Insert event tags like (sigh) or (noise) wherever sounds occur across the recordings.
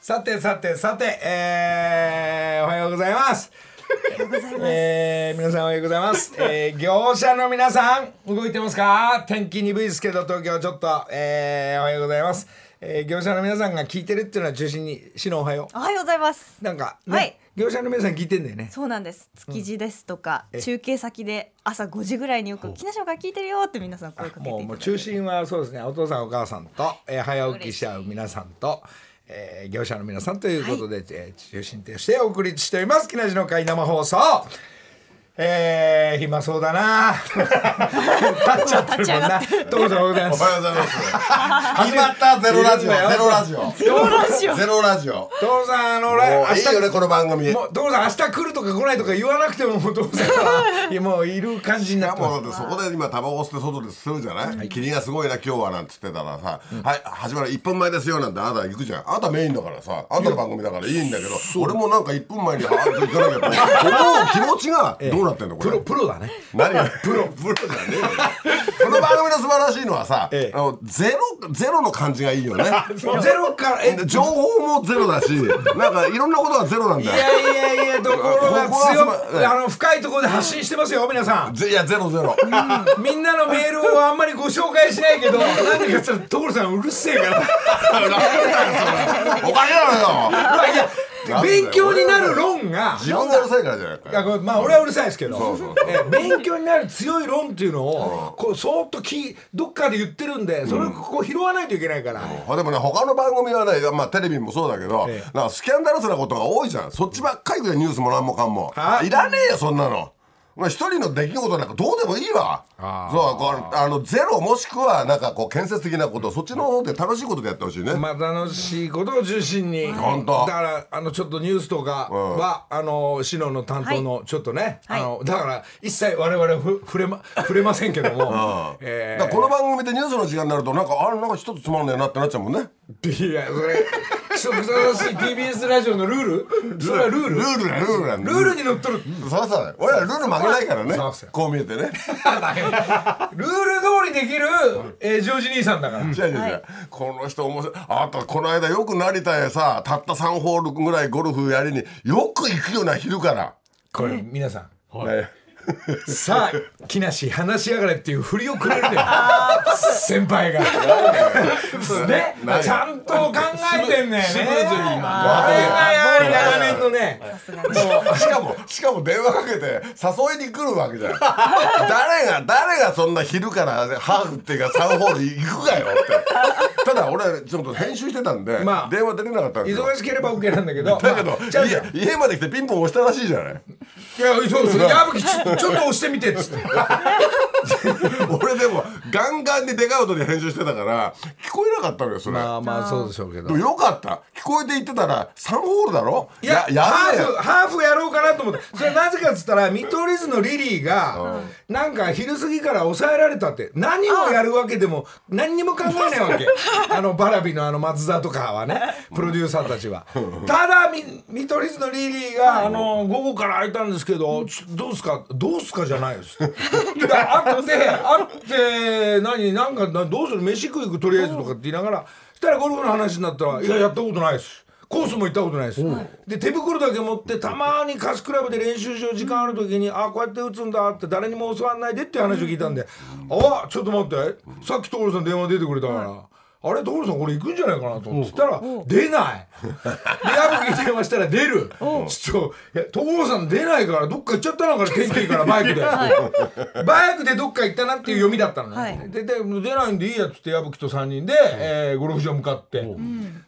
さてさてさて、えー、おはようございます。えー皆さんおはようございます、えー業者の皆さん動いてますか天気鈍いですけど東京ちょっと、えーおはようございます、えー業者の皆さんが聞いてるっていうのは中心に市のおはよおはようございますうなんかね、はい業者の皆さん聞いてんだよねそうなんです築地ですとか、え中継先で朝5時ぐらいによほくう「木梨から聞いてるよ」って皆さん声かけていもうたもだういて中心はそうですねお父さんお母さんと、えー早起きしちゃう皆さんと、えー業者の皆さんということで、えー中心としてお送りしております木梨の会生放送えー、暇そうだな立っちゃってるもんなどうぞおはようございまおすはようございます。始まったゼロラジオ、ゼロラジオ、ゼ (laughs) ロラジオゼロラジオ。父さんあの俺も明ういいよねこの番組。日ももう父さん明日来るとか来ないとか言わなくてももう父さんはいやもういる感じになってますうだってそこで今タバコ吸って外で吸うじゃない。霧がすごいな今日はなんつってたらさ、はい始まる一分前ですよなんてあなた行くじゃん。あなたメインだからさ、あなたの番組だからいいんだけど、俺もなんか一分前にあー行 (laughs) かなきゃって。思う気持ちがどうなってんのこプれロ。プロだね何がプロプロじゃねえよ (laughs) この番組の素晴らしいのは (laughs) さ、ええあのゼロゼロの感じがいい (laughs) よねゼロからえ情報もゼロだしなんかいろんなことがゼロなんいだよやいやいやところがここはす強ごいいあの深いところで発信してますよ皆さんぜいやゼロゼロみんなのメールをあんまりご紹介しないけど何でかって言ったら所さんうるせえからおかげなのよいや勉強になる論が自分がうるさいからじゃないいやかこれまあ俺はうるさいですけどそうそうえ勉強になる強い論っていうのをこうそーっときどっかで言ってるんでそれをこう拾わないといけないから。でもね他の番組はね、まあ、テレビもそうだけど、ええなんかスキャンダルスなことが多いじゃんそっちばっかりでニュースもなんもかんもはいいらねえよそんなのまあ一人の出来事なんかどうでもいいわあーそうこうあのゼロもしくはなんかこう建設的なことそっちの方で楽しいことでやってほしいね、まあ、楽しいことを中心に、本当だからあのちょっとニュースとかは、あのシノの担当のちょっとね、はいあのだから一切我々はふ触れま触れませんけども、えだからこの番組でニュースの時間になるとなんかあれなんか一つつまんねえなってなっちゃうもんねー、いやそれ規則正しい TBS ラジオのルールそれはルールルールだルールなんだルールにのっとるそうそう俺らルール曲げないからねそうそうこう見 (laughs) えてねルール通りできる、えージョージ兄さんだから。違う違う違う、この人面白いあとこの間よく成田へさたった3ホールぐらいゴルフやりによく行くよな昼から、これ皆さんねさあ木梨話しやがれっていう振りをくれる (laughs) のよ先輩 (laughs) がねないちゃんと考えてんだよねスムーズに今あれがやはり長年のねしかもしかも電話かけて誘いに来るわけじゃん (laughs) 誰が誰がそんな昼からハーフっていうか3ホール行くかよってただ俺ちょっと編集してたんで、まあ電話出れなかったんですよ忙しければ OK なんだけどだけど、まあちゃうじゃんい家家まで来てピンポン押したらしいじゃないやそうそう矢吹ちょちょっと押してみてっつって (laughs) 俺でもガンガンにデカい音で編集してたから聞こえなかったのよそれ、あまあそうでしょうけどでもよかった聞こえて言ってたら3ホールだろいやハるーねフハーフやろうかなと思 (laughs) ってそれはなぜかっつったら見取り図のリリーがなんか昼過ぎから抑えられたって何をやるわけでも何にも考えないわけあのバラビのあの松田とかはねプロデューサーたちはただみ見取り図のリリーが「あの午後から空いたんですけどちょどうすかどうすかじゃない (laughs) です」いや会って会って何なんかなどうする飯食い行くとりあえずとかって言いながらそしたらゴルフの話になったら「いややったことないです」コースも行ったことないです、で手袋だけ持ってたまに貸しクラブで練習しよう時間ある時にあこうやって打つんだって誰にも教わんないでっていう話を聞いたんで「あちょっと待ってさっき所さん電話出てくれたから」あれ所さんこれ行くんじゃないかなと思ってたら出ないで矢吹に電話したら出るちょっといや所さん出ないからどっか行っちゃったのかな天気いいからバイクで、バイクでどっか行ったなっていう読みだったのね、はいでで出ないんでいいやっつって矢吹と3人で、えーゴルフ場向かって、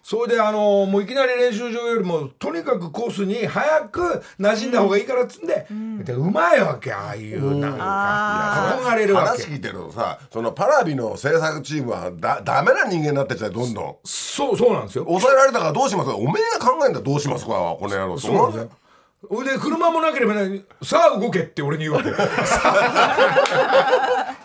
それであのーもういきなり練習場よりもとにかくコースに早く馴染んだ方がいいからっつんで,、でうまいわけああいうなんかあ憧れるわけ話聞いてるとさそのパラビの制作チームはだダメな人間になってっちゃうどんどんそうそうなんですよ抑えられたからどうしますかおめえが考えんだどうしますかこの野郎そうなんですよそれで車もなければないさあ動けって俺に言う (laughs) わけさあ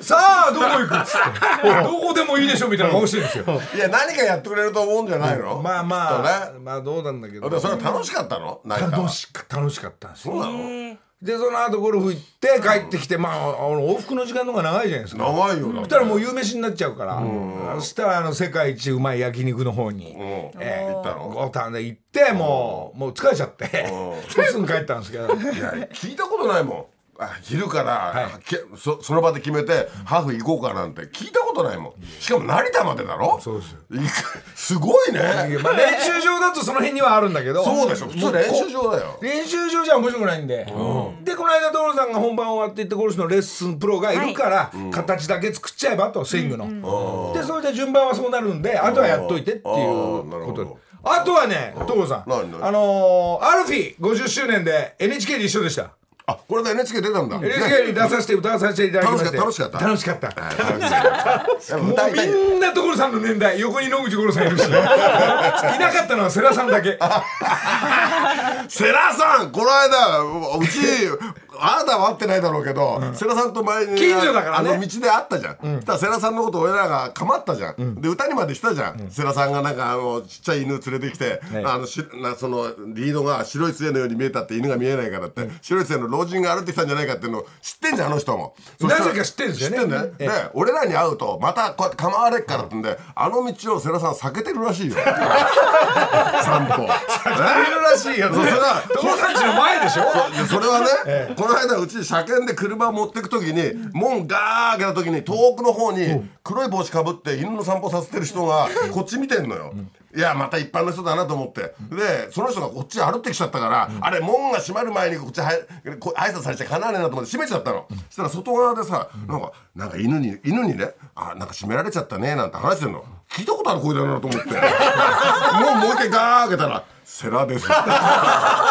さあどこ行くっつってどこでもいいでしょみたいな顔してるんですよいや何かやってくれると思うんじゃないの、まあまきっあまあどうなんだけとどねでもそれは楽しかったの何かは楽しか楽しかったんですよそうなのえーででその後ゴルフ行って帰ってきてまああの往復の時間の方が長いじゃないですか長いよそなしたらもう夕飯になっちゃうからそしたらあの世界一うまい焼肉の方にうんえー行ったのご飯で行ってもうもう疲れちゃって (laughs) すぐ帰ったんですけど (laughs) いや聞いたことないもんあ昼から、はけそその場で決めてハーフ行こうかなんて聞いたことないもんしかも成田までだろそうですよ行くすごいねまあ練習場だとその辺にはあるんだけどそうでしょ普通練習場だよ練習場じゃ面白くないんで、でこの間所さんが本番終わっていってゴルフのレッスンプロがいるから、形だけ作っちゃえばとスイングの、でそれで順番はそうなるんであとはやっといてっていうこあーなとるでほどあとはね所さん何何あのーアルフィー50周年で NHK で一緒でしたあこれで NHK 出たんだ NHK に出させて歌わさせていただきまして楽しかった楽しかった楽しかっ楽しかったたもう歌いたいみんな所さんの年代横に野口五郎さんいる (laughs) しいなかったのは世良さんだけ世良さんこの間ううちあなたは会ってないだろうけど、世良さんと前に近所だからねあの道で会ったじゃん、そしたら世良さんのこと俺らが構ったじゃん、で歌にまでしたじゃん、世良さんがなんかあのちっちゃい犬連れてきて、はいあのしなそのリードが白い杖のように見えたって犬が見えないからって、白い杖の老人が歩いてきたんじゃないかっていうのを知ってんじゃんあの人もそしたらなぜか知ってんですよね知ってんだよえで俺らに会うとまたこうやって構われっからってんで、あの道を世良さん避けてる (laughs) らしいよ散歩あれるらしいよそうそれは所さんちの前でしょいやそれはね、この間うち車検で車を持ってく時に門ガーッ開けた時に遠くの方に黒い帽子かぶって犬の散歩させてる人がこっち見てんのよ。いやまた一般の人だなと思ってでその人がこっち歩ってきちゃったから、あれ門が閉まる前にこっちはこ挨拶されちゃかなわねえなと思って閉めちゃったの、そしたら外側でさなんかなんか犬に犬にねあなんか閉められちゃったねなんて話してんの聞いたことある声だなと思ってもうもう一回ガーッ開けたら「セラです」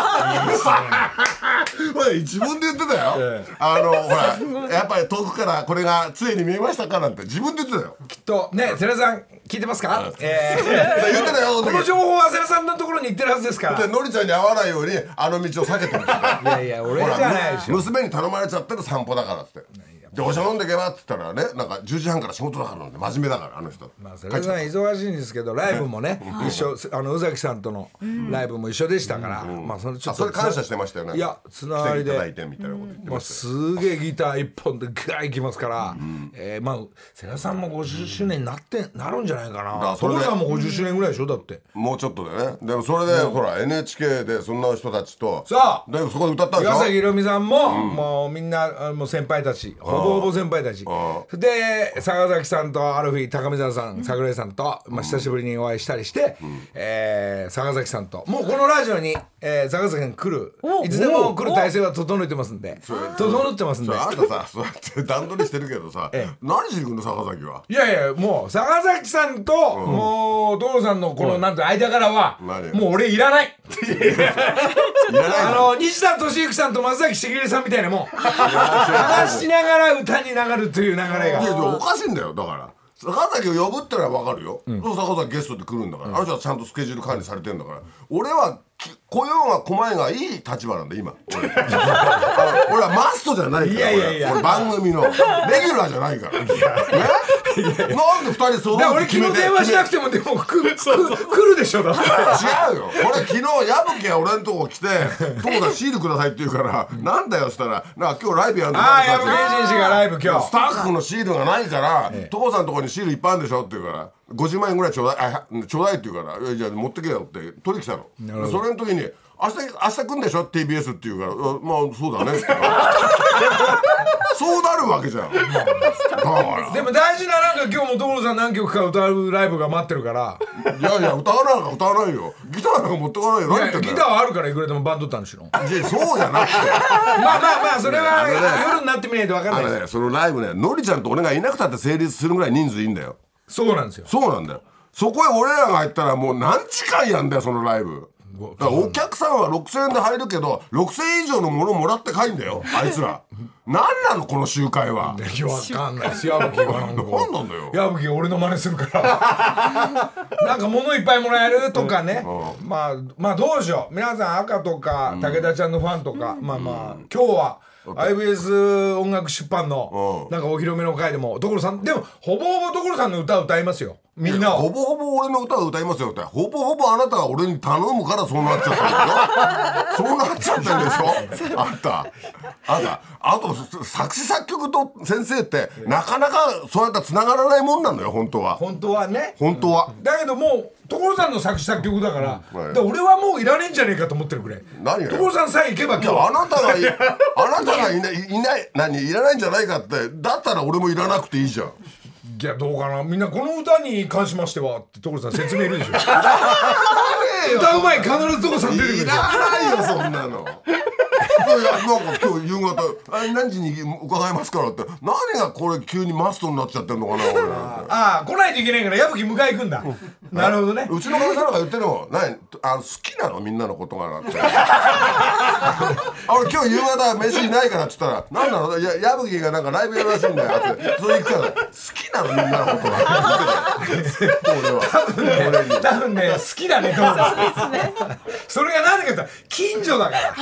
(laughs) ほら自分で言ってたよ、えあのほらやっぱり遠くからこれが杖に見えましたかなんて自分で言ってたよ (laughs) きっとね世良さん聞いてますか、えだから言ってたよー、この時情報は世良さんのところに行ってるはずですかでらのりちゃんに会わないようにあの道を避けてるんですよいやいや俺じゃないでしょ娘に頼まれちゃってる散歩だからっつって「でお茶飲んでけば」って言ったらねなんか10時半から仕事だからなんで真面目だからあの人、まあ世帰良っさんちゃった忙しいんですけどライブもね一緒あの宇崎さんとのライブも一緒でしたから、まあそれちょあっとそれ感謝してましたよねいやつながり来ていただいでてみたいなこと言ってまあましたよすげえギター一本でガーいきますから、えーまあ世良さんも50周年になってなるんじゃないかなからそれ所でさんも50周年ぐらいでしょだってもうちょっとでねでもそれで、ほら NHK でそんな人たちとさあでそこで歌ったんでし岩ょ崎宏美さんも、もうみんなあもう先輩たちほぼほぼ先輩たちで坂崎さんとアルフィー高見沢さん桜井さんと、まあ、久しぶりにお会いしたりして、えー坂崎さんともうこのラジオに、えー坂崎さん来るいつでも来る体制は整えてますんで整ってますんそでれあなたさそうやって段取りしてるけどさ、ええ何しに行くの坂崎はいやいやもう坂崎さんと、もう所さんのこの、なんて間からは、何もう俺いらないいらないあのの西田敏行さんと松崎しげるさんみたいなもん話しながら歌に流るという流れいやいがやおかしいんだよだから坂崎を呼ぶってのは分かるよ、そう坂崎ゲストで来るんだから、あの人はちゃんとスケジュール管理されてんだから俺はき来ようが来まいがいい立場なんだ今 (laughs) 俺あの俺はマストじゃないからいやいやいや俺俺番組のレギュラーじゃないからねなんで二人揃うだから俺って決昨め日て電話しなくてもでも来る来るでしょだ (laughs) って違うよこれ昨日矢吹が俺のとこ来て「友達シールください」って言うから「なんだよ」っつったら「なんか今日ライブやるんだああなやんぶてけ人氏がライブ今ス日タッフのシールがないから「父さんのとこにシールいっぱいあるんでしょ」って言うから「50万円ぐらいちょうだいあはちょうだい」って言うからいや「じゃあ持ってけよ」って取り来たのそれの時に「明日明日来んでしょ TBS」って言うからあ「まあそうだ (laughs) ね」って言うからそうなるわけじゃんだからでも大事ななんか今日も所さん何曲か歌うライブが待ってるからいやいや歌わないから歌わないよギターなんか持ってかないよい何言やってんだギよターはあるからいくらでもバンドったんでしょまあいやそうじゃなくてまあまあそれはあのね夜になってみないと分かあんないのですね、そのライブね、のりちゃんと俺がいなくたって成立するぐらい人数いいんだよ。そうなんですよそうなんだよ。そこへ俺らが入ったらもう何時間やんだよ、そのライブ。だからお客さんは6,000円で入るけど6,000円以上のものもらって帰んだよあいつら何なのこの集会はいや分かん (laughs) ない (laughs) です矢吹がなんか何なんだよ矢吹が俺の真似するから (laughs) なんか物いっぱいもらえるとかね、まあまあどうしよう皆さん赤とか武田ちゃんのファンとか、まあまあ今日は IBS 音楽出版のうんなんかお披露目の会でも所さんでもほぼほぼ所さんの歌を歌いますよみんなほをぼほぼ俺の歌を歌いますよってほぼほぼあなたが俺に頼むからそうなっちゃったんだよそうなっちゃってるでしょあんたあんたあと作詞作曲と先生ってなかなかそうやったら繋がらないもんなのよ本当は本当はね本当は、だけどもう所さんの作詞作曲だから,、はいで俺はもういらねえんじゃねえかと思ってるくらい何がよ所さんさえ行けば今日いやあはなたがいあなたがいないいない何いらないんじゃないかってだったら俺もいらなくていいじゃんいやどうかなみんなこの歌に関しましてはって所さん説明いる (laughs) でしょ歌う前必ず所さん出てくるいでしょらないよそんなの。いやいやなんか今日夕方「あ何時に伺いますから」って何がこれ急にマストになっちゃってるのかな俺なんてああ来ないといけないから矢吹迎え行くんだなるほどねうちの会社なんか言ってるもん何あの好きなのみんなのことがなってあ俺今日夕方飯いないからっつったら「何なのいや矢吹がなんかライブやるらしいんだよ」ってそれ行くから「好きなのみんなのことが」 (laughs) 俺は (laughs) 多分ね好きだねどうもそれがなぜかって近所だから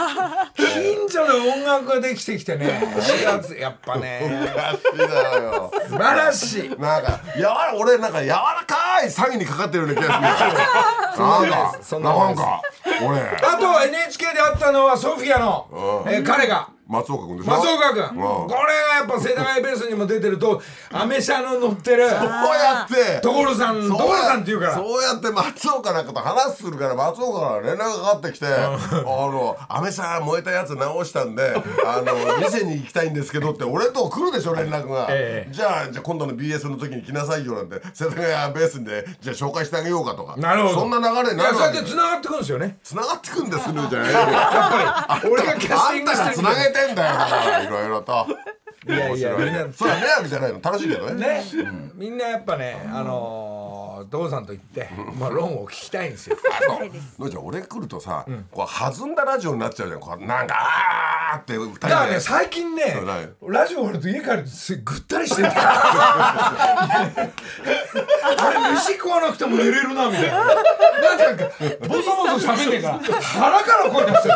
(laughs) 近所で音楽ができてきてね4月やっぱね好きだよ。素晴らしいなんか、やわら、俺なんか柔らかい詐欺にかかってるような気がする。なんか、そんなことなないんか、俺、あと NHK であったのはソフィアの、えー彼が松岡君でしょ松岡君、うんこれがやっぱ世田谷ベースにも出てるとアメ車の乗ってるこうやって、所さんそう所さんっていうからそうやって松岡なんかと話するから松岡から連絡がかかってきて「あのアメさん燃えたやつ直したんであの店に行きたいんですけど」って俺と来るでしょ連絡が、ええじゃあじゃあ今度の BS の時に来なさいよなんて世田谷ベースでじゃあ紹介してあげようかとかなるほどそんな流れにいなやるそうやわっけて繋がってくるんですよねつながってくんでするじゃないよやっぱり俺がキャスティングしてるあんたがつなげてんだよだからいろいろといやいやみんなねそれは迷惑じゃないの楽しいけどねね、みんなやっぱね、あのー、父さんと行って、まあ、論を聞きたいんですよ。のりちゃん俺来るとさこう弾んだラジオになっちゃうじゃんこうなんかあーってだ歌人でからね、最近ねそうない、ラジオ終わると家帰るとすぐぐったりしてる。あれ、飯食わなくても寝れるな、みたいな。なんか、ボソボソ喋んねえから、腹から声出してさ、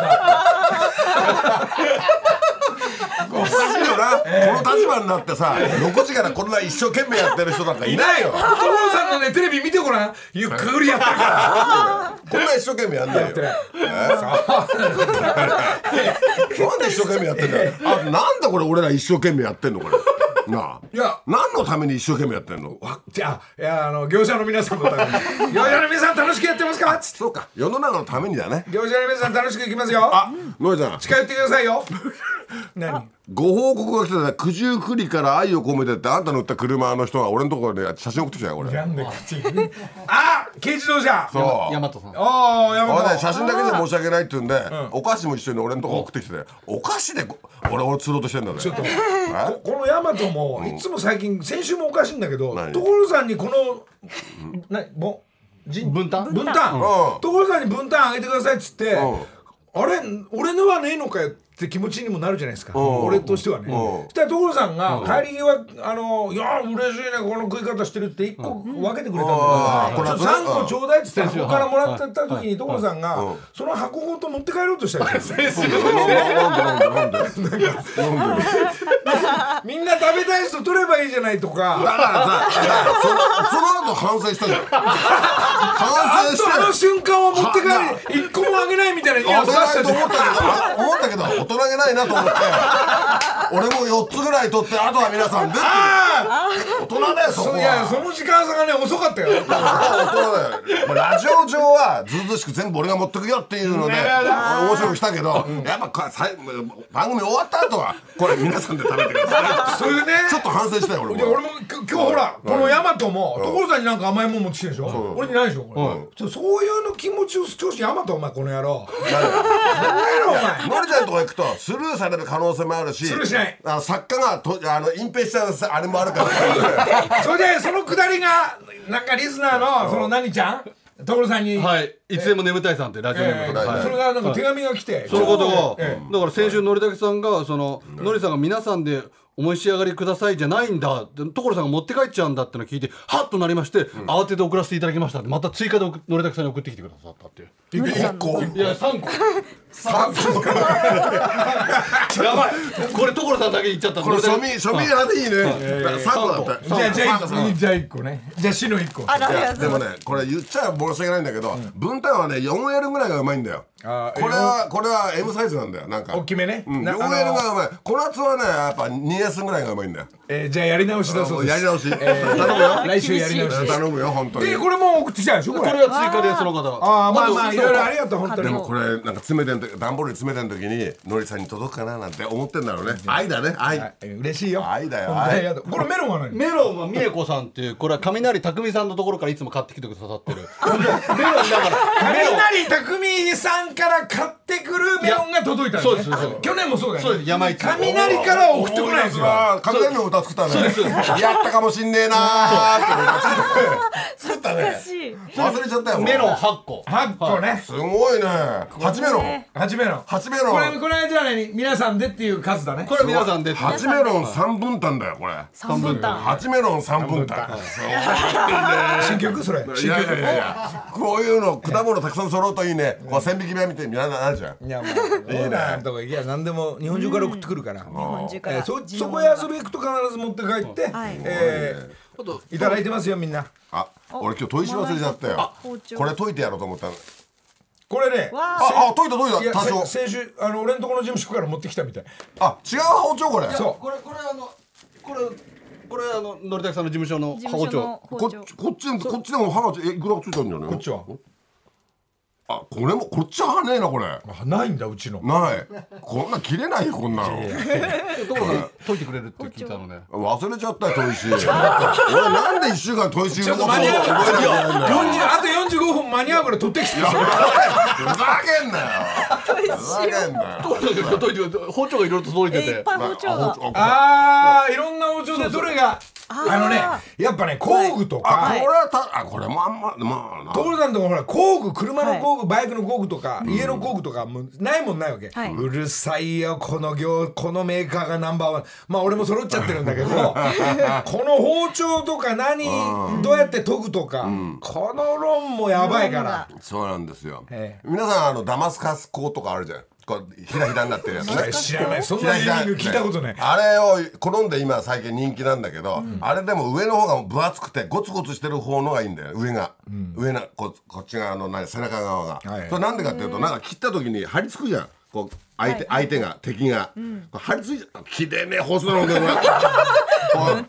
おかしい (laughs) よなこの立場になってさ6時からこんな一生懸命やってる人なんか (laughs) いないよ父さんのね、テレビ見てごらん。ゆっくりやってるかこんな一生懸命やんないよら。なんで一生懸命やってんだ (laughs) よあなんだこれ俺ら一生懸命やってんのこれなあいや何のために一生懸命やってんのわじゃあ、いや、あの、業者の皆さんのために。 (laughs) 業者の皆さん楽しくやってますかつって。そうか世の中のためにだね業者の皆さん楽しくいきますよ。あのりちゃん近寄ってくださいよ。 (laughs) 何？ご報告が来てた九十九里から愛を込めてってあんた乗った車の人が俺のところで写真送ってきたよこれなんで口。あ、軽自動車。そう大和さんああ、や俺ばねい。写真だけじゃ申し訳ないって言うんで、お菓子も一緒に俺のとこ送ってきててお菓子でこ俺俺釣ろうとしてんだぜちょっとここのヤマトもいつも最近先週もおかしいんだけど何所さんにこのなぼじ分担分担うん所さんに分担あげてくださいっつってうんあれ俺のはねえのかよって気持ちにもなるじゃないですかん俺としてはねうんそしたら所さんが帰り際あの「いや嬉しいねこの食い方してる」って1個分けてくれたんだうんけどうちょっんと3個ちょうだいっつってうん箱からもらってた時に所さんがうんその箱ごと持って帰ろうとしたりしてなんでなんでなんでなんでなんでなんでみんな食べたい人取ればいいじゃないとだか。からさだからそその後反省したじゃん反省しあのて瞬間は持って帰り一個もあげないみたいなニュアンス出し大た人げじゃんないと思ったけどあ思ったけど大人げないなと思って俺も4つぐらい取ってあとは皆さんでっていう大人だよそこそはいやその時間差がね遅かったよだから大人だよもうラジオ上はずうずうしく全部俺が持ってくよっていうので面白くしたけど、やっぱかさい番組終わった後はこれ皆さんで食べてくださ (laughs) それでね (laughs) いちょっと反省したよ俺で俺ももき今日ほらこのヤマトも所さんになんか甘いもん持ってきてるでしょ俺にないでしょこれちょそういうの気持ちを少しヤマトお前この野 (laughs) 郎何やろお前のりちゃんとこ行くとスルーされる可能性もあるしスルーしないあの作家がとあの隠蔽しちゃうさあれもあるからそれでそのくだりがなんかリスナーのその何ちゃん所さんに (laughs) はいいつでも眠たいさんってラジオネーえムーはいそれがなんか手紙が来たてそのことを、ええだから先週のりたけさんがその、のりさんが皆さんでお召し上がりくださいじゃないんだって所さんが持って帰っちゃうんだってのを聞いてハッとなりまして、慌てて送らせていただきましたってまた追加で送のりたくさんに送ってきてくださったっていう (laughs) 1個いや3個三個やばいこれ所さんだけ言っちゃったこれのりた庶く民庶民派でいいねだから三個だったじゃあじゃあ三個三個じゃあ一個ねじゃあ死の一個ああらいあやりでがとうごもざいねこれ言っちゃ申し訳ないんだけど分担はね 4L ぐらいがうまいんだよこれあーはこれは M サイズなんだよなんか大きめねうんな 4L あのがうまいこの夏はねやっぱ 2S ぐらいがうまいんだよえーじゃあやり直しだそうですやり直しえー頼むよ (laughs) 来週やり直しです頼むよ本当にでこれもう送ってきたんでしょここれれは追加でその方がああまあまあといろいろありがとう本当でにでもこれなんか詰めてんと段ボールに詰めてん時にのりさんに届くかななんて思ってんだろうね愛だね愛はい嬉しいよ愛だよ本当にあ愛りがとうこれメロンは何メロンは美恵子さんっていうこれは雷匠さんのところからいつも買ってきてくださってるメロンだからメロン雷匠さんから買ってくるメロンが届いたんだねそうですそうです去年もそうだよねそうです山一雷から送ってこないんですよあー雷の歌作ったねやったかもしんねえなーって作ったまねす懐かしい忘れちゃったよメロン8個8個ねすごいね八メロンね8メロン八メこロれンこれはじゃあ何皆さんでっていう数だねこれは皆さんで八メロン三分担だよこれ三分単八メロン三分担新曲それい新や曲いやいやいやこういうの果物たくさん揃うといいねこう線引き目見てみんななるじゃんいやまあオーナーとかいや何でも日本中から送ってくるから日本中かえーらそそこへ遊び行くと必ず持って帰ってはいえーいただいてますよみんなあ俺今日砥石忘れちゃったよ包丁これ解いてやろうと思ったのこれねわあああ解いた解いいやた多せ少先週あの俺んとこの事務所から持ってきたみたいあ違う包丁これそうこれこれあのこれこれあののりたくさんの事務所の事務包所の丁包こっ丁ちこっちこっちでも歯がえいくらついたんじゃないこっちはあこれもこっちは歯ねえなこれあないんだうちのないこんな切れないよこんなの所さん解いてくれるって聞いたのね忘れちゃったよ砥石俺なんで一週間砥石のことを覚えなきゃいけないんだよ40あと45分間に合うから取ってきてふざけんなよふざけんなよ所さんが解いてくれて包丁がいろいろと届いえていってぱい包丁があああーいろんな包丁でどれがうそうあのねあやっぱね工具とかあこれはたあこれもあんままあな所さんとかほら工具車の工具、バイクの工具とか、家の工具とかもうないもんないわけ、はいうるさいよこの業このメーカーがナンバーワンまあ俺も揃っちゃってるんだけ (laughs) どこの包丁とか何どうやって研ぐとか、この論もやばいから。そうなんですよえ皆さんあのダマスカス鋼とかあるじゃんこうひらひらになってるやつね知らないそんひならネひーらミング聞いたことない、あれを好んで今最近人気なんだけど、あれでも上の方が分厚くてゴツゴツしてる方のがいいんだよ上が、上なここっち側の何背中側が、はいそれなんでかっていうとなんか切った時に張り付くじゃんこう相手,、相手が敵が、こう張り付いちゃう切れねえホースの方が (laughs)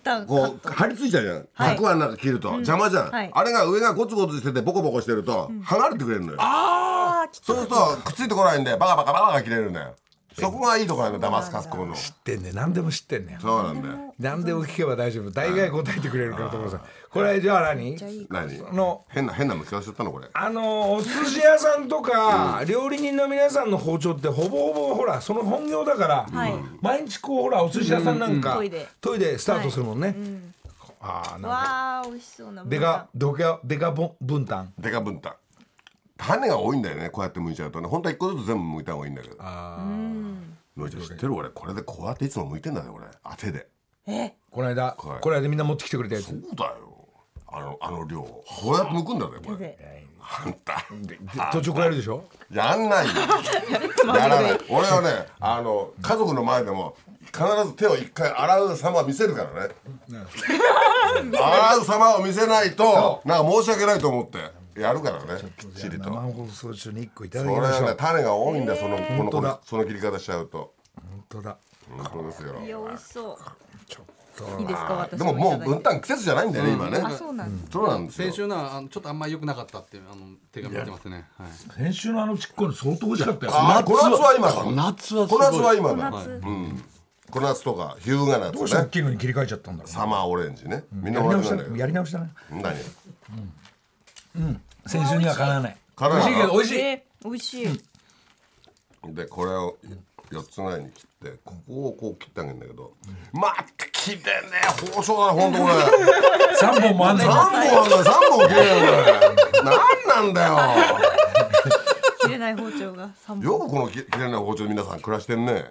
タンこうこう張り付いちゃうじゃん、はいたくあんなんか切ると、邪魔じゃん、はいあれが上がゴツゴツしててボコボコしてると、剥がれてくれるのよあーきっそうするとくっついてこないんでバカバカバカが切れるんだよそこがいいとこなんだよダマスカス鋼の知ってんね何でも知ってんねんそうなんだよ何でも聞けば大丈夫大概答えてくれるから所さんこれじゃあ何ちゃいい何の変な変なの聞かせちゃったのこれあのお寿司屋さんとか、料理人の皆さんの包丁ってほぼほぼほらその本業だから、はい毎日こうほらお寿司屋さんなんか、うんうんトイレトイレスタートするもんね、ああなんかわー美味しそうなでかどかでかぼん分担デカ分担種が多いんだよねこうやって剥いちゃうとね本当は一個ずつ全部剥いた方がいいんだけどのりちゃん知ってる俺これでこうやっていつも剥いてんだね俺当てでえこの間、はいこの間みんな持ってきてくれたやそつうだよあのあの量こうやって剥くんだねこれであんた途中来られるでしょやんないよやらない俺はねあの家族の前でも必ず手を一回洗う様を見せるからね洗う様を見せないとなんか申し訳ないと思ってやるからねきっちりと生放送中に1個いただきこれましはょうね種が多いんだよそのこの当こだのその切り方しちゃうと本当だ本当ですよいや美味しそうちょっといいですか私でももいうただい分て担季節じゃないんだよね今ねあそうなんですそうなんです先よ週なあのちょっとあんまり良くなかったっていうあの手紙来てますねはい先週のあのちっこいの相当美味しかったよあーこの夏は今だこの夏はすごい夏は今だ夏うんこの夏とかヒューガどうして大夏ねきいのに切り替えちゃったんだろサマーオレンジねみんなうやり同直じしたなんだけどねやり直したね何先週にはかなわない辛美い味しいけど美味しいえー美味しいでこれを4つぐらいに切ってここをこう切ってあげるんだけどまた切れねえ包丁だなほんとこれ3本もあんねん3本あんだよ3本切れねえな何なんだよ切れない包丁が三本よくこの切切れない包丁で皆さん暮らしてんね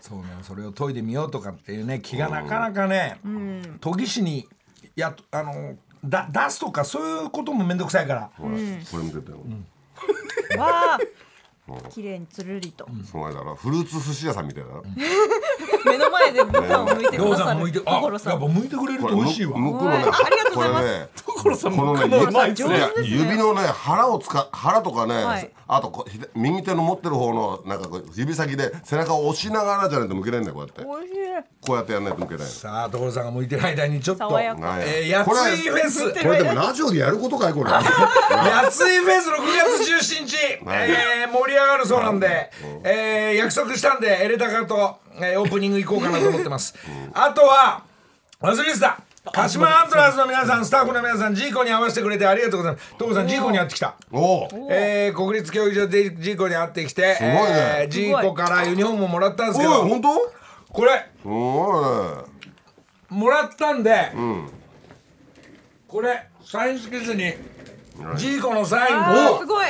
そうなのそれを研いでみようとかっていうね気がなかなかね、研ぎ師にやっあのだ出すとかそういうことも面倒くさいからほらこれ見てたよ、わあ綺麗につるりとその間なフルーツ寿司屋さんみたいだな、目の前でボタンを向いてく餃ださ子る向いてあや所っさぱん向いてくれると美味しいわむくのねうわありがとうございますこれねこのねむくのうまいっ指すねいや指のね腹を使う腹とかね、はいあとこうひで右手の持ってる方のなんかこう指先で背中を押しながらじゃないと向けないんだよこうやって美味しいこうやってやんないと向けないさあ所さんが向いてる間にちょっと爽やえかのーやこれついフェスこれでもラジオでやることかい (laughs) これやついフェス6月17日、はいえー盛り上がるそうなんで、えー約束したんでエレタカと、えーオープニング行こうかなと思ってます、あとは忘れてた鹿島アントラーズの皆さんスタッフの皆さんジーコに会わせてくれてありがとうございます所さんジーコに会ってきたおうえー国立競技場でジーコに会ってきて、ごいねえージーコからユニフォームももらったんですおいけど本当これおもらったんで、これサイン付きずにジーコのサインあーをすごい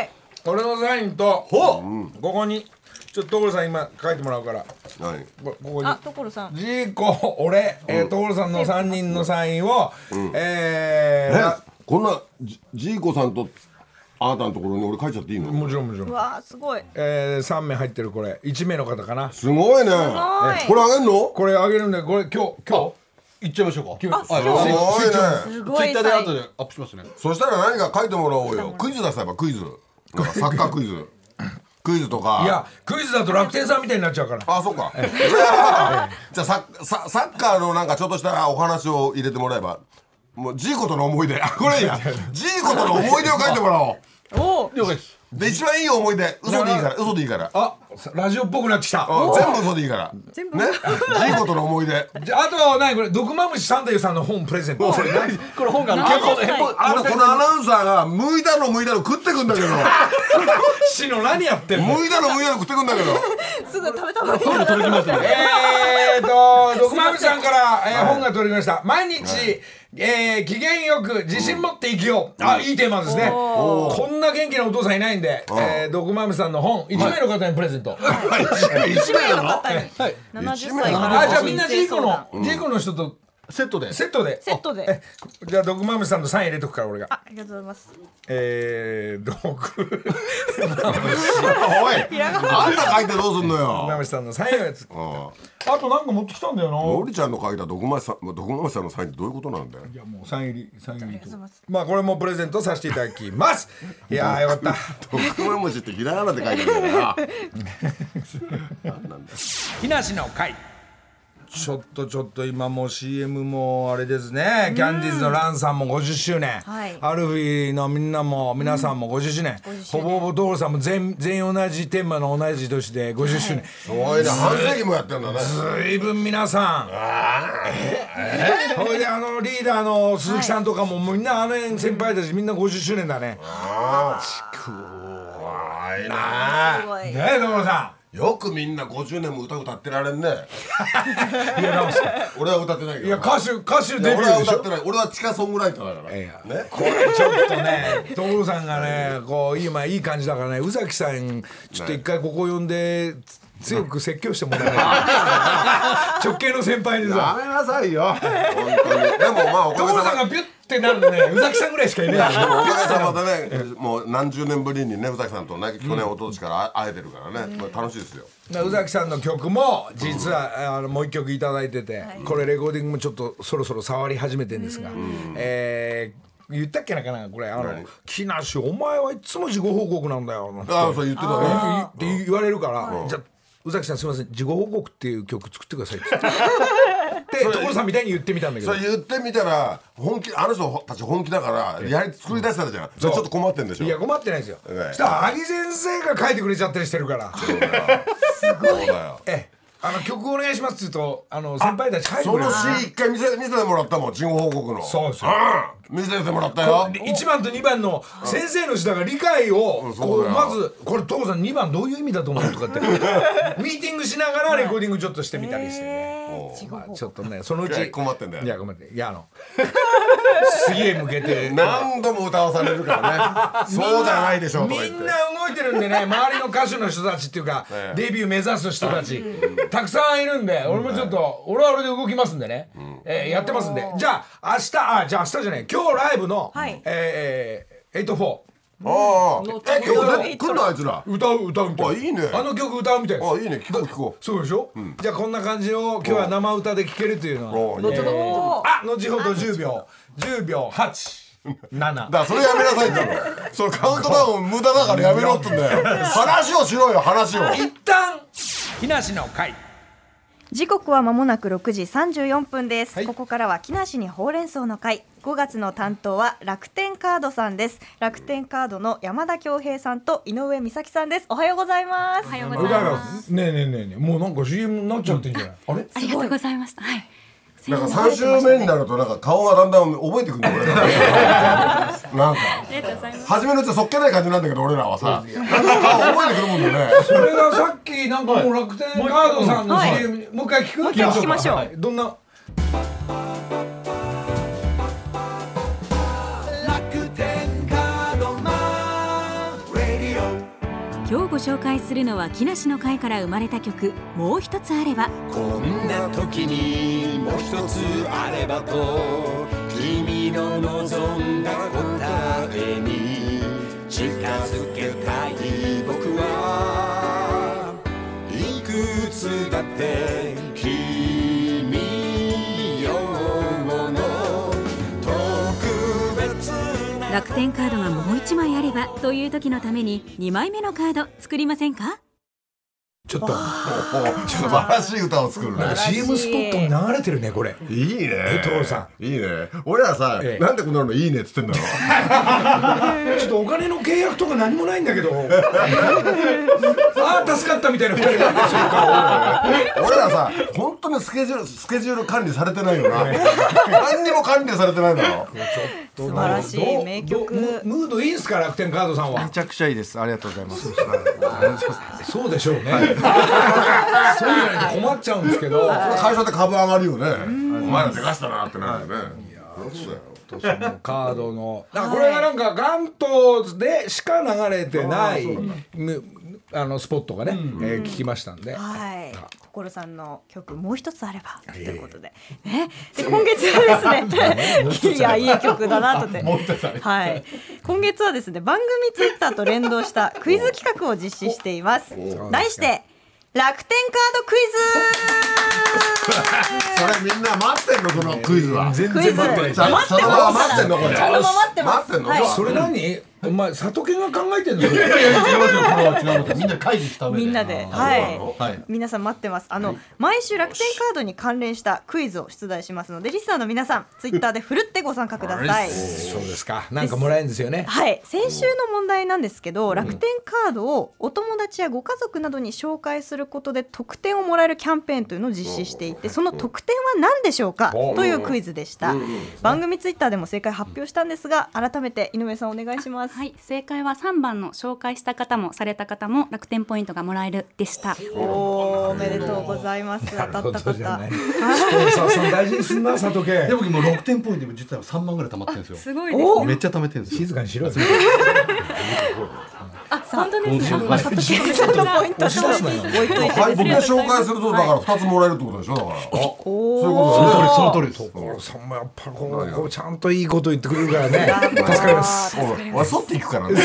俺のサインとほここにちょっと所さん今書いてもらうからい何こここにあ所さんジーコ俺、えー、所さんの3人のサインを、えーえこんなジジーコさんとあなたのところに俺書いちゃっていいのもちろんもちろ、うんわあすごいえー、3名入ってるこれ1名の方かなすごいねごいこれあげんのこれあげるんでこれ今日今行っちゃいましょうかあはいすごいねすツごイッいターで才後でアップしますねそしたら何か書いてもらおうよクイズ出せばクイズなんかサッカークイズクイズとか日いやクイズだと楽天さんみたいになっちゃうからあそうかじゃあサッササッカーのなんかちょっとしたお話を入れてもらえばもうジーコとの思い出あこれいいやジーコとの思い出を書いてもらおうおお了解ですで一番いい思い出嘘でいいから嘘でいいからあラジオっぽくなってきたうん全部嘘でいいから全部ねジーコとの思い出じゃああとは何これ毒マムシサンデーさんの本プレゼントこれ何これ本が憲法の変更あのこのアナウンサーが剥いだの剥いだの食ってくんだけどシの何やってんの剥いだの剥いだの食ってくんだけどすぐ食べた方がいい本かなが届きましたねえーと、毒まみさんから、えー本が取りました。毎日、えー機嫌よく自信持って生きよう。あ、いいテーマですね。こんな元気なお父さんいないんで、えー、毒まみさんの本、1名の方にプレゼント。一名なのの方にはい70一名歳なかのらあ、じゃあみんなジーコ人生相談の、ジーコの人とセットでセットで。セットでえじゃあ毒まみさんのサイン入れとくから、俺が。あありがとうございますえー、毒おいあんた書いてどうすんのまよみさんのサインのやつ。ああとなんか持ってきたんだよな。のりちゃんの書いた毒まさん毒まさんのサインってどういうことなんだよいやもうサイン入りサイン入りとありがとうございますまあこれもプレゼントさせていただきますいやーよかった毒まむしってひらがなで書いてるんだよななんなんだよ木梨の会ちょっとちょっと今もう CM もあれですねキャンディーズのランさんも50周年、はいアルフィーのみんなも皆さんも50周年、 50ほ周年ぼほぼ所さんも全全員同じテーマの同じ年で50周年、すごいね半世紀もやってんだねずいぶん皆さんえほいであのリーダーの鈴木さんとかも、もうみんなあの辺先輩たちみんな50周年だね怖いなすごいねえ所さよくみんな50年も歌歌って (laughs) られんねんいやなんか俺は歌ってないけどいや歌手歌手いデやビュ俺はーでし歌ょってない俺は地下ソングライターだからいねやこれちょっとね所さんがねこう今いい感じだからね宇崎さんちょっと一回ここ呼んでつ強く説教してもらえない直系の先輩にやさめなさいよ本当にでもまあおかげ所ささんまがピュッてなるのね宇崎さんぐらいしかいないよねでもおかげさまでねもう何十年ぶりにね宇崎さんとね去年一昨年から会えてるからね、まあ楽しいですよな宇崎さんの曲も実はあのもう一曲頂いただいててこれレコーディングもちょっとそろそろ触り始めてんですがえー言ったっけなかなこれあの「木梨お前はいつも事後報告なんだよ」なんてああそう言ってたねいいって言われるから、じゃあ宇崎さんすみません「事後報告」っていう曲作ってくださいってで所さんみたいに言ってみたんだけそどれ言ってみたら本気あの人たち本気だからやり作り出したじゃんそれちょっと困ってんでしょいや困ってないですよええそしたら萩先生が書いてくれちゃったりしてるからそうだよええあの曲お願いしますって言うとあの先輩たち書いてそくれのる詩一回見せ見せてもらったもん事後報告のそうですようん見せてもらったよ1番と2番の先生の下が理解をそうこうだよまずこれ所さん2番どういう意味だと思うとかってミーティングしながらレコーディングちょっとしてみたりしてねええー、地まあち獄ょっとねそのういちや困ってんだよいや困っていやあの (laughs) 次へ向けて何度も歌わされるからね (laughs) そうじゃないでしょうとか言ってみんな動いてるんでね周りの歌手の人たちっていうか、 (laughs) ええデビュー目指す人たちたくさんいるんで俺もちょっと、俺は俺で動きますんでね、えーやってますんでじゃあ明日あじゃあ明日じゃない今日ライブの、はいえーえー、84ああえ今日えね来んのあいつら歌う歌うみたいあいいねあの曲歌うみたいですあいいね聞こう聞こうそうでしょ、じゃあこんな感じを今日は生歌で聴けるというのはおーいいねちょっとおーあ後ほど10秒10秒87 (laughs) だからそれやめなさいって言うんだよそのカウントダウン無駄だからやめろって言うんだよ話をしろよ話を一旦木梨の会時刻は間もなく6時34分です、はいここからは木梨にほうれん草の会5月の担当は楽天カードさんです楽天カードの山田恭平さんと井上美咲さんですおはようございますおはようだからねえねえねえねえもうなんか CM になっちゃってんじゃない、あれありがとうございました。はい。なんか三週目になるとなんか顔がだんだん覚えてくるんだよ俺らなんかありがとうございます。初めのうちはそっけない感じなんだけど俺らはさなんか顔覚えてくるもんだよねそれがさっきなんかもう楽天カードさんのはい CM にもう一回聞くもう一回聞きましょうはいどんな今日ご紹介するのは木梨の会から生まれた曲「もう一つあればこんな時にもう一つあればと君の望んだ答えに近づけたい僕はいくつだって君用の特別」な楽天カードがもう一枚あればという時のために2枚目のカード作りませんかちょっと素晴らしい歌を作るなんねか CM スポットに流れてるねこれいいねお父さんいいね俺らさ、ええなんでこんなのいいねっつってんだろうちょっとお金の契約とか何もないんだけど (laughs) ああ助かったみたいな二人なんですよ俺らさ本当にスケジュールスケジュール管理されてないよな何にも管理されてないだろ素晴らしい名曲どどムムードいいんすか楽天カードさんはめちゃくちゃいいです。ありがとうございます。そうでしょうねそうじゃないと困っちゃうんですけどこれ会社で株上がるよねお前らでかしたなってなるよねいやそうだよカードのだからこれがなんか関東でしか流れてないむあのスポットがね、えー聞きましたんで、はい、所さんの曲もう一つあればということで、ね、 (laughs) で今月は (laughs) ですね、いやいい曲だなとって、はい、今月はですね番組ツイッターと連動したクイズ企画を実施しています。題して楽天カードク (laughs) それみんな待ってんのこのクイズは全イズ、クイズ待ってちゃんますと待ってんのこれ茶の間待ってます待ってんのはいそれ何、お前里家が考えてんの違う違う違うみんな会議した上でみんなで、はい、皆さん待ってます。あの、毎週楽天カードに関連したクイズを出題しますので、リスナーの皆さん、ツイッターでふるってご参加く (laughs) ださい。そうですかなんかもらえるんですよねはい、先週の問題なんですけど、楽天カードをお友達やご家族などに紹介することで特典をもらえるキャンペーンというのを実施していて、その特典は何でしょうかというクイズでした。番組ツイッターでも正解発表したんですが、改めて井上さんお願いします。はい正解は3番の紹介した方もされた方も楽天ポイントがもらえるでしたおーおめでとうございます。当たったそうじゃ方な。いスポンサーさん大事にすんな里家でも今6店舗にでも実は3万ぐらい貯まってるんですよすごいですめっちゃ貯めてるんですよ静かにしろよあ本当ですねはいあ佐藤さんのポイント押し出すなよ置いといてはい、です僕ね。が紹介するとだから二つもらえるってことでしょだから。そうおいうーことだね。その通りです所さんもやっぱこうこうちゃんといいこと言ってくれるからね助かりますおい俺沿っていくからね。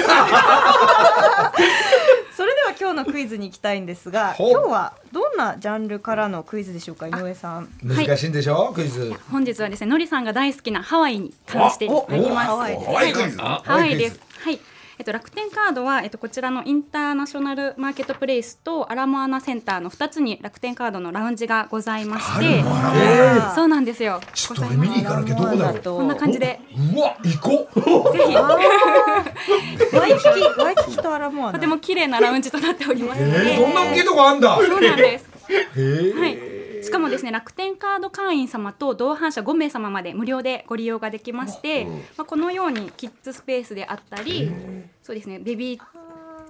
それでは今日のクイズに行きたいんですが、ほう今日はどんなジャンルからのクイズでしょうか、井上さん。はい難しいんでしょクイズ本日はですねのりさんが大好きなハワイに関していただきますハワイで怖いクイズ。ハワイです。はい。えっと、楽天カードは、えっと、こちらのインターナショナルマーケットプレイスとアラモアナセンターの2つに楽天カードのラウンジがございまして、そうなんですよ。ちょっと俺見に行かなきゃどこだろうこんな感じで、うわ行こうぜひ、ワイキキ、ワイキキとアラモアとナて。も綺麗なラウンジとなっておりますのえで、ーそんな大きいとこあんだそうなんです。はい。しかもですね、楽天カード会員様と同伴者5名様まで無料でご利用ができまして、まあこのようにキッズスペースであったり、そうですね、ベビー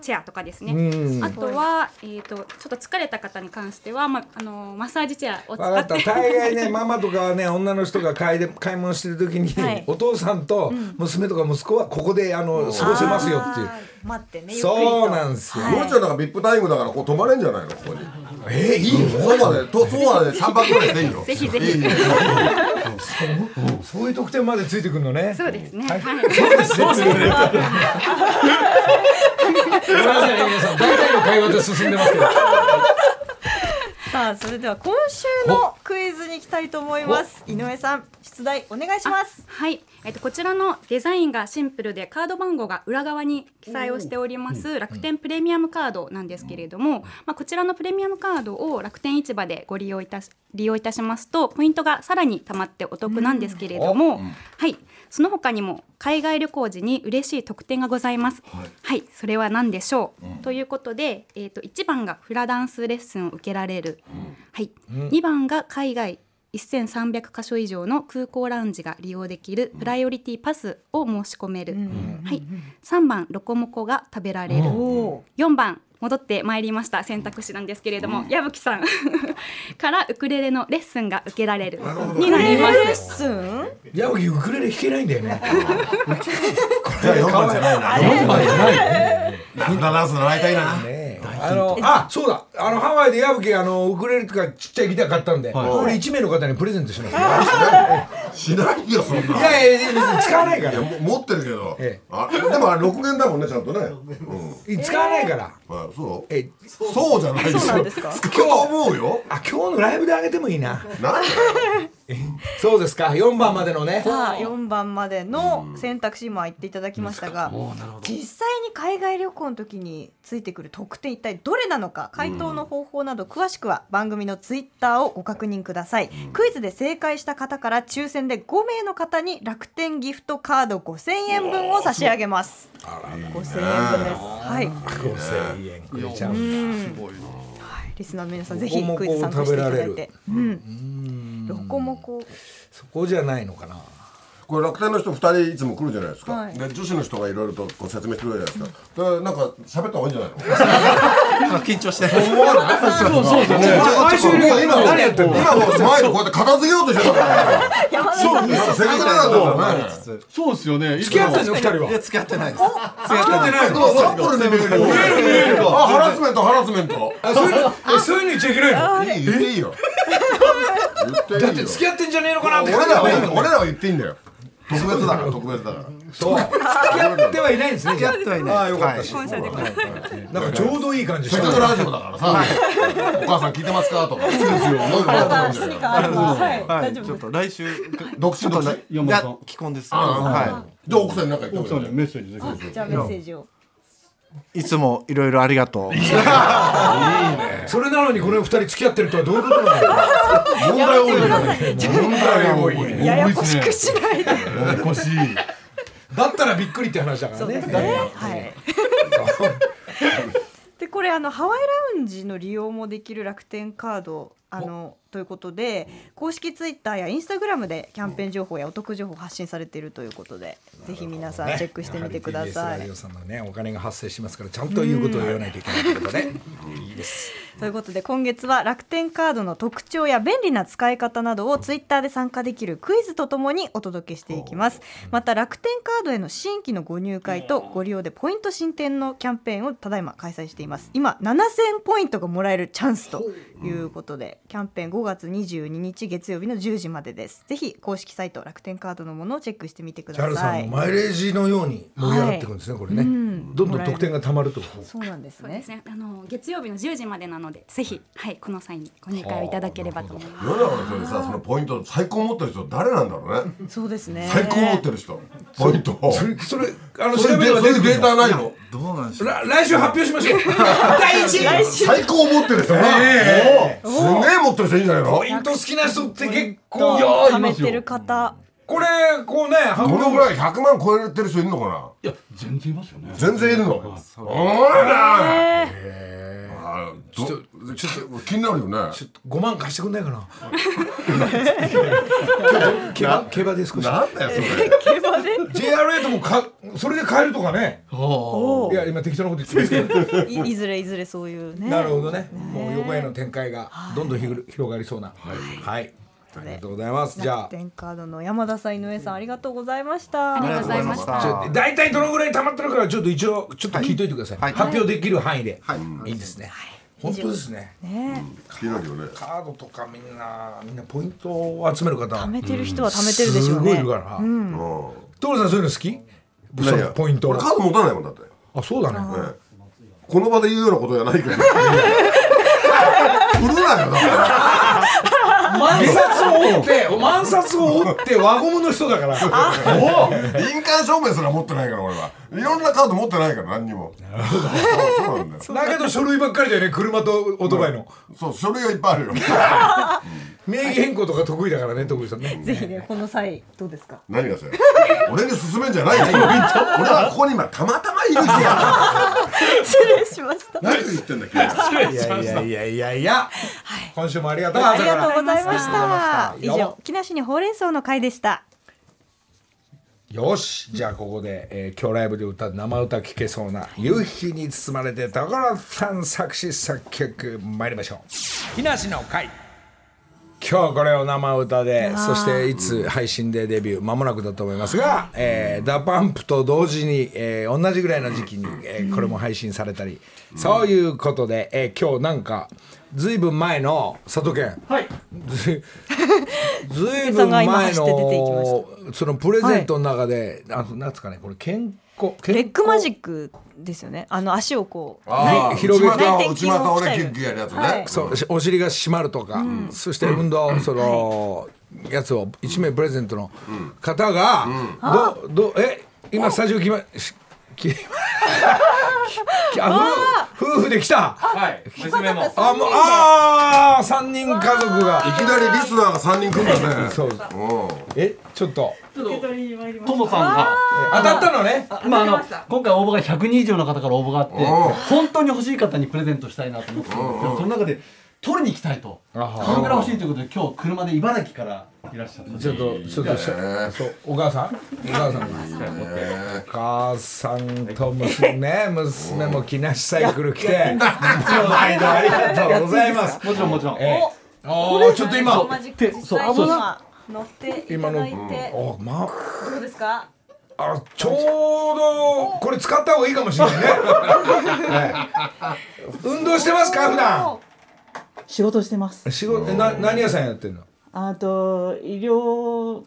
チェアとかですうねんあとは、えー、とちょっと疲れた方に関しては、ま、あのマッサージチェアを使わかっったて大概ねママとかはね女の人が買いで買い物してる時に、はいお父さんと娘とか息子はここであの過ごせますよっていうあー待ってねゆっくりとそうなんですよ、はいのりちゃんなんかビップタイムだからこう泊まれんじゃないのここにえー、いいのそうだねとそうだね三泊ぐらいでいいよぜひぜひいいねそういう特典までついてくるのねそうですね、はいはいごめんなさいね皆さん大体の会話で進んでますけどさあそれでは今週のクイズに行きたいと思います井上さん出題お願いしますはい、えっと、こちらのデザインがシンプルでカード番号が裏側に記載をしております楽天プレミアムカードなんですけれども、まあ、こちらのプレミアムカードを楽天市場でご利用いたし利用いたしますとポイントがさらに貯まってお得なんですけれども、はい、その他にも海外旅行時に嬉しい特典がございます。はい、それは何でしょう、ということで、えっと1番がフラダンスレッスンを受けられる、はい、2番が海外1300カ所以上の空港ラウンジが利用できるプライオリティパスを申し込める、はい、3番ロコモコが食べられる、お4番戻ってまいりました選択肢なんですけれども、矢吹さん (laughs) からウクレレのレッスンが受けられるになりますレッスン矢吹ウクレレ弾けないんだよねじゃあ4番じゃないな4番じゃないなんだダンス習いたいなねえあのあそうだあのハワイで矢吹あのウクレレとかちっちゃいギター買ったんで、これ1名の方にプレゼントしますいやしないよそんないやいや別に使わないかいやらも持ってるけど、ええあでもあれ6弦だもんねちゃんとね、うん使わないからあ、そうえそうじゃないそうなんですか今日思うよあ今日のライブであげてもいいななんだよそうですか4番までのねさあ4番までの選択肢今言っていただきましたが実際に海外旅行の時についてくる特典一体どれなのか回答の方法など詳しくは番組のツイッターをご確認くださいクイズで正解した方から抽選で5名の方に楽天ギフトカード5000円分を差し上げます5000円分ですはい5000円くれちゃうはいリスナーの皆さんぜロコひモコクイズ参加していただい食べられてうんロコモコそこじゃないのかなこれ楽天の人2人いつも来るじゃないですか、はいで女子の人がいろいろとご説明してくれるじゃないですか、でなんか喋った方がいいんじゃないの緊張して思わないそうそうそう毎週ね今何やってんの今もう前にこうやって片付けようとしてたから山田さんせっかくなかったんだねそうですよね。付き合ってんの2人いやは付き合ってないです付き合ってないでもサンプルで見える見えるあハラスメントハラスメントあそういうのえそういうの言っちゃいけないのいい言っていいよ言ってだっいいてよ付き合ってんじゃねえのかなって俺らは俺らは言っていいんだよ特別だから特別だからそう付き合ってはいないんですねじゃあ付き合ってはいないああよかった本社でこれなんかちょうどいい感じしせったかくラジオだからさお母さん聞いてますかとかそうですよさん質に変わりますはいは大い丈ち夫ょっと来週独身独身いや既婚ですはじゃあ奥さんに何か言って奥さくんにれメッセージできる。じゃあメッセージをいいつもいろいろありがとうそれなのにこの2人付き合ってるとはどういうことなんだろ問題多い (laughs) ね (laughs) 問題多いねややこしくしないでややこしい。うだったらびっくりって話だからねはい。 (laughs) でこれあのハワイラウンジの利用もできる楽天カードあのということで公式ツイッターやインスタグラムでキャンペーン情報やお得情報を発信されているということで、ぜひ皆さんチェックしてみてくださやはり TBS ラいジオ。さんのねお金が発生しますからちゃんと言うことを言わないといけないってことねいいですということで今月は楽天カードの特徴や便利な使い方などをツイッターで参加できるクイズとともにお届けしていきますまた楽天カードへの新規のご入会とご利用でポイント進展のキャンペーンをただいま開催しています今7000ポイントがもらえるチャンスということでキャンペーン5月22日月曜日の10時までですぜひ公式サイト楽天カードのものをチェックしてみてくチャールだささんのいマイレージのように盛り上がっていくんですね、これね、んどんどん得点がたまるとそうなんですそうでねすねあの月曜日の10時までなのでぜひ、はい、この際にご入会をいただければと思います。世の中の人でさそのポイント最高持ってる人誰なんだろうねそうですね最高持ってる人ポイントをそそれそれあのれ調べでればそ出ういてうくるデータないのどうなんでしょうら来週発表しましょう第一位最高持ってる人ねおすげえ持ってる人いいんじゃないの (laughs) ポイント好きな人って結構いや貯めてる方これこうね半ど分のぐらい100万超えてる人いるのかないや全然いますよね。全然いるのおーなえーああどちょっと気になるよねちょっと5万貸してくんないか (laughs) な競馬競馬で少しなんだよそれ JRA ともかそれで買えるとかねおいや今適当なこと言ってますけどーいいずれいずれそういうねなるほどねもう横への展開がどんどんひぐる広がりそうなはい、ありがとうございますじゃ楽天カードの山田さん井上さんありがとうございましたりがとうございましたあ大体どのぐらい溜まってるからちょっと一応ちょっと聞いといてください、はい発表できる範囲で、はいい、いですね、本当ですねね気になるよねカードとかみんなみんなポイントを集める方貯めてる人は貯めてるでしょうねすごいいるから、うん所さんそういうの好きいそやいのやポイント俺カード持たないもんだってあそうだねええこの場で言うようなことじゃないけど (laughs) 売るなよだから万札を追って (laughs) 万札を追って輪ゴムの人だから (laughs) 印鑑証明すら持ってないから俺はいろんなカード持ってないから何にもそうそうなんだよだけど書類ばっかりだよね車とオートバイのそう書類がいっぱいあるよ (laughs) 名義変更とか得意だからね徳井さんねぜひねこの際どうですか何がそれ俺に勧めんじゃ (laughs) ないよ俺はここに今たまたまいる気が失礼しました (laughs) 何言ってんだ君いやいやいやいやいや今週もありがとうありがとうございま朝からした以よ上木梨にほうれん草の会でしたよしじゃあここで、えー今日ライブで歌う生歌聴けそうな「夕日に包まれて」所さん作詞作曲参りましょう「日梨の会」今日これを生歌でそしていつ配信でデビュー間もなくだと思いますが、えー、ダパンプと同時に、えー同じぐらいの時期に、えーこれも配信されたり、そういうことで、えー今日なんかずいぶん前の佐藤健、はいずいず (laughs) いぶさんんが今前走って出ていきまのそのプレゼントの中で、あのなんですかねこれ健康健康レッグマジックですよねあの足をこうああ広げて内股を内股をねキュッキュやるやつね、はいそうしお尻が締まるとか、そして運動その、やつを1名プレゼントの方が、どうどうえ今スタジオ来まし来 (laughs) きあ夫夫婦で来たはい娘もあもうあ3人家族いがきなりリスナーが3人来るんだねそううんえちょっとトモさんがえ当たったのねまあ、あの今回応募が100人以上の方から応募があっておう本当に欲しい方にプレゼントしたいなと思ってたんですけどその中で取りに行きたいとあはこのぐらい欲しいということで今日車で茨城からいらっしゃったんですちょっとちょっとしそうお母さんお母さんお母さんと娘娘も木梨サイクル来て毎度ありがとうございますもちろんもちろん、ええおおちょっと今手そう最そ後うは乗っていただいておまあどうですかあちょうどこれ使った方がいいかもしれないね (laughs) ええ運動してますか普段仕事してます。仕事な何屋さんやってんのあと医療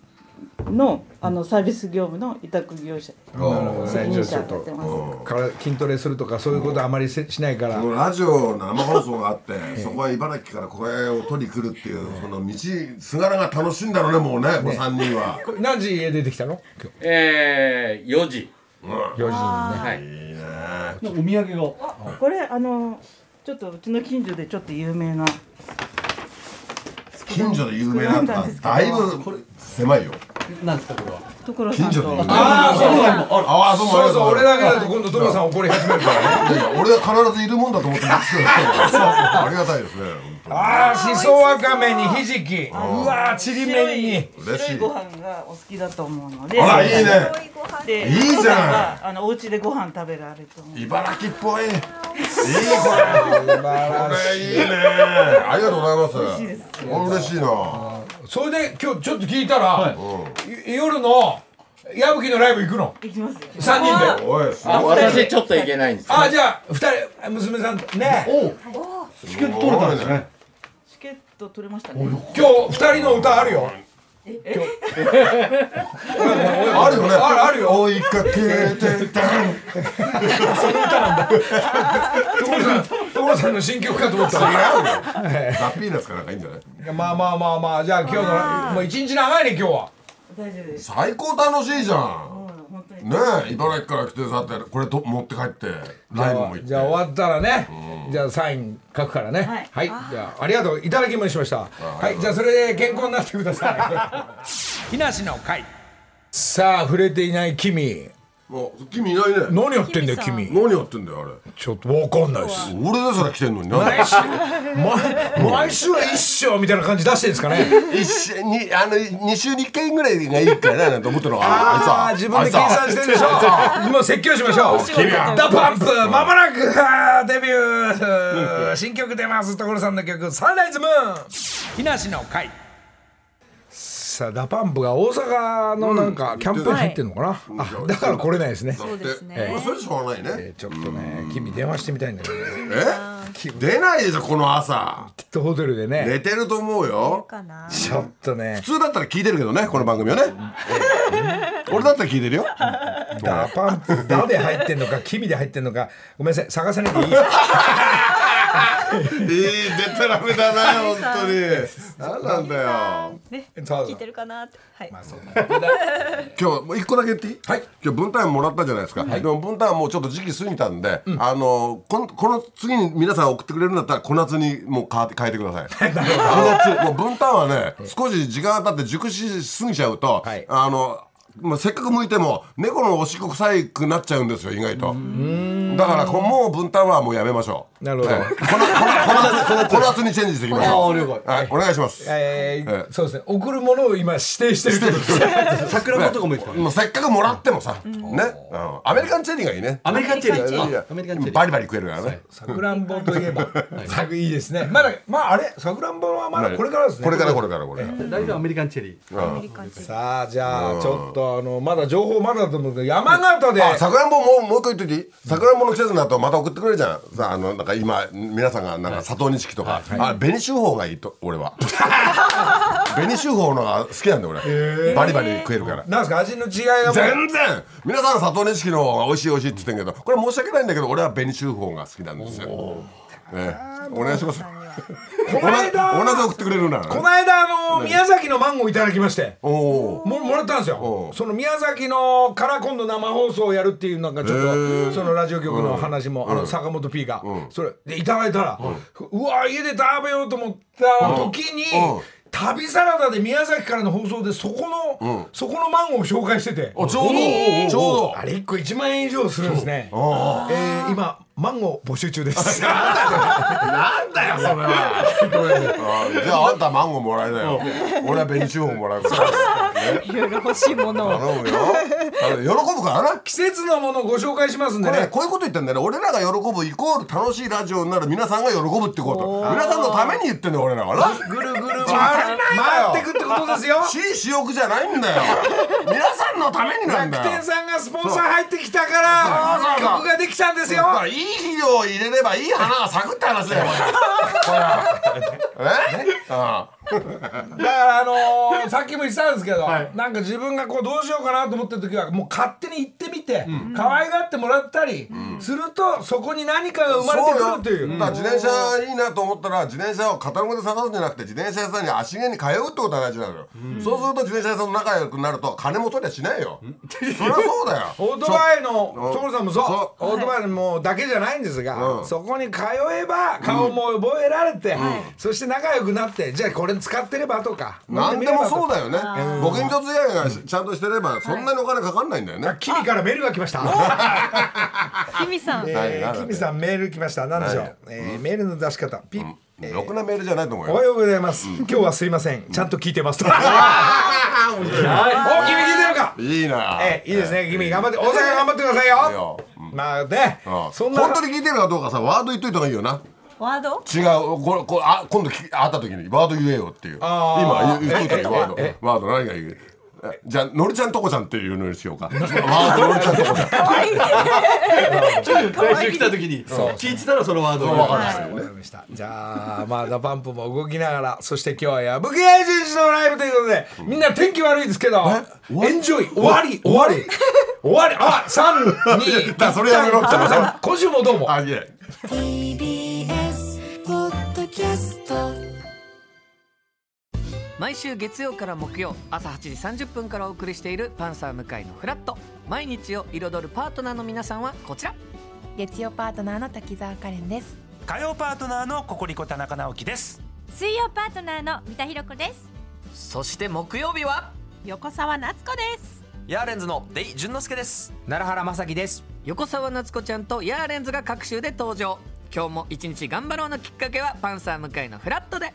のあのサービス業務の委託業者なるほど責ねじゃ任者になっあちょってとます。から筋トレするとかそういうことあまりせしないからこのラジオの生放送があってそこは茨城から声を取り来るっていうこの道すがらが楽しいんだろうねもうねこの3人はこれ何時家出てきたの今えー、4時日4時にねはいお土産がこれあのちょっとうちの近所でちょっと有名な近所で有名なのがだいぶ狭いよなんですかこれはところさ近んと所で有名ああそうなのああどうもそうそありがうとうご俺ざだいけだと今度所さん怒り始めるからねますいやいや俺は必ずいるもんだと思ってますけどありがたいですねああしそわかめにひじきうわーちりめんに本当に嬉しいご飯がお好きだと思うので、あらいいねでいいじおゃん父さはあのお家でご飯食べられると思う。茨城っぽいいいこれ素晴こらしいれいいねありがとうございますお嬉しいなそれで今日ちょっと聞いたらい夜の矢吹のライブ行くの行きますよ。 3人でおいすごい私ちょっといけないんですああじゃあ2人娘さんとねおチケット取れたんですねチケット取れましたね。今日2人の歌あるよあるよね。あるあるよ追いかけてた。所さん所さんの新曲かと思ったラッピーナスかなんかいいんじゃない？いやまあまあまあまあじゃあ今日のもう一日長いね今日は大丈夫です。最高楽しいじゃん。うん本当に。ねえ、茨城から来てさって、これと持って帰って、ライブも行って。じゃあ終わったらね、じゃあサイン書くからね。はい、じゃあありがとういただきましました。はい、じゃあそれで健康になってください。日梨の会。さあ触れていない君。あ君いないね何やってんだよ君君何やってんだよあれちょっとわかんないです俺ですら来てんのになんでま毎週は一生みたいな感じ出してるんですかね一週にあの二週に一回ぐらいがいいかななんて思ってるのあか (laughs) あ自分で計算してるでしょもう説教しましょう君はダパンプまもなくあーデビュー新曲出ます所さんの曲サンライズムーン木梨の会さあダパンプが大阪のなんかキャンプに入ってんのかな、あだから来れないですね、そうですねまあそれはしょうがないねえーちょっとね君電話してみたいんだけどねえ出ないでしょこの朝きっとホテルでね寝てると思うよかなちょっとね普通だったら聞いてるけどねこの番組はね俺だったら (laughs) 聞いてるよダパンプダで入ってんのか君で入ってんのかごめんなさい探さなきゃ (laughs) いいいい出たらめだな本当になんなんだよねそう聞いてるかなってはいまあそう今日もう一個だけ言っていい、はい、今日分担もらったじゃないですか、でも分担はもうちょっと時期過ぎたんで、あのこのこの次に皆さん送ってくれるんだったら小夏にもう変わって変えてくだ (laughs) さい小夏もう分担はね少し時間が経って熟し過ぎちゃうと、はいあのまあ、せっかく向いても猫のおしっこ臭いくなっちゃうんですよ意外とだからこもう分担はもうやめましょうなるほどはいこのこのこの小夏にチェンジしていきましょうはい、お願いしますえーええそうですね送るものを今指定してるってことですね桜子とかもいいですかもうせっかくもらってもさ、ね、うん、アメリカンチェリーがいいね。アメリカンチェリいやいーやあアメリカンチェリーバリバリ食えるからね。さくらんぼといえば、さくいいですね。まだ、まあ、あれ、さくらんぼはまだこれからですね。これからこれからこれから。大丈夫アメリカンチェリーアメリカンチェさあ、じゃあ、ちょっと、あの、まだ情報まだだと思うけど、山形で。あ、さくらんぼもうもう一個言っといていい桜んぼの季節になるとまた送ってくれるじゃん。さあ、あの、なんか今、皆さんがなんか佐藤錦とか、あ、紅秀峰がいいと、俺 (laughs) は。紅秀峰のが好きなんだよ俺。バリバリ食えるから。なんですか、味の違いがもう。全然皆さん佐藤錦の方が美味しい美味しいって言ってんけど、これ申し訳ないんだけど、俺は紅秀峰が好きなんですよ。ね、お願いします。この間おなぜ送ってくれるならね。この間、あの、宮崎のマンゴーいただきまして。おおももらったんですようんその宮崎のから今度生放送をやるっていうなんかちょっとそのラジオ局の話も、あの坂本 P が、それでいただいたら、うわ家で食べようと思った時に、うん旅サラダで宮崎からの放送でそこの、そこのマンゴーを紹介しててあちょうど、ちょうどあれ1個1万円以上するんですね、えー今マンゴー募集中ですなんだよそれはじゃああんたマンゴーもらえなよ俺は紅チューもらうからねリーいろいろ欲しいものを頼むよあの喜ぶから (laughs) な季節のものをご紹介しますんでこれねこういうこと言ってんだよね俺らが喜ぶイコール楽しいラジオになる皆さんが喜ぶってこと皆さんのために言ってんだよ俺らはなぐるぐる回る回ってくってことですよ私利私欲じゃない (laughs) んだよ皆さんのためになん楽だよ天さんがスポンサー入ってきたからそうそうそう曲ができたんですよだからいい肥料を入れればいい花が咲くって (laughs) 話だよこれこれえあだからあの (laughs) ーさっきも言ってたんですけど、なんか自分がこうどうしようかなと思ってる時はもう勝手に行ってみて、可愛がってもらったりするとそこに何かが生まれてくるというだから自転車いいなと思ったら自転車をカタログで探すんじゃなくて自転車屋さんに足毛に通うってことが大事なのよ、そうすると自転車屋さんと仲良くなると金も取りゃしないよ、そりゃそうだよ (laughs) オートバイの所さんもそうそオートバイのもうだけじゃないんですが、うんそこに通えば顔も覚えられて、そして仲良くなってじゃあこれ使ってればとか何でもそうだだよねご近所付き合いがちゃんとしてればそんなにお金かかんないんだよね、君からメールが来ましたキミさんえね何ー、何キミさんメール来ました。何でしょ何う。えー、メールの出し方。ピッ。えーろくなメールじゃないと思うおはよようございます。今日はすいません。ちゃんと聞いてます。と (laughs) お、君聞いてるか。いいなえー、いいですね。君頑張って、大阪頑張ってくださいいいよよ。まあねうん、そんな本。当に聞いてるかどうかさワード言っといた方がいいよなワード違うこれこれあ今度聞き会った時にワード言えよっていうあ今ー言言っといたよワードワード何がいいえじゃあのりちゃんとこちゃんっていうのにしようかワードのりちゃんとこちゃん (laughs) 来週来た時に聞いてたらそのワードわかるをわかりましたじゃあまあダパンプも動きながらそして今日は矢吹愛選手のライブということでみんな天気悪いですけどエンジョイ終わり終わり終わりあ三二だそれやめろって所さん今週もどうもあいえ TBS ポッドキャスト毎週月曜から木曜朝8時30分からお送りしている「パンサー向井のフラット」毎日を彩るパートナーの皆さんはこちら月曜パートナーの滝沢カレンです火曜パートナーのココリコ田中直樹です水曜パートナーの三田寛子ですそして木曜日は横澤夏子ですヤーレンズのデイ淳之介です奈良原雅樹です横澤夏子ちゃんとヤーレンズが各週で登場今日も一日頑張ろうのきっかけはパンサー向かいのフラットで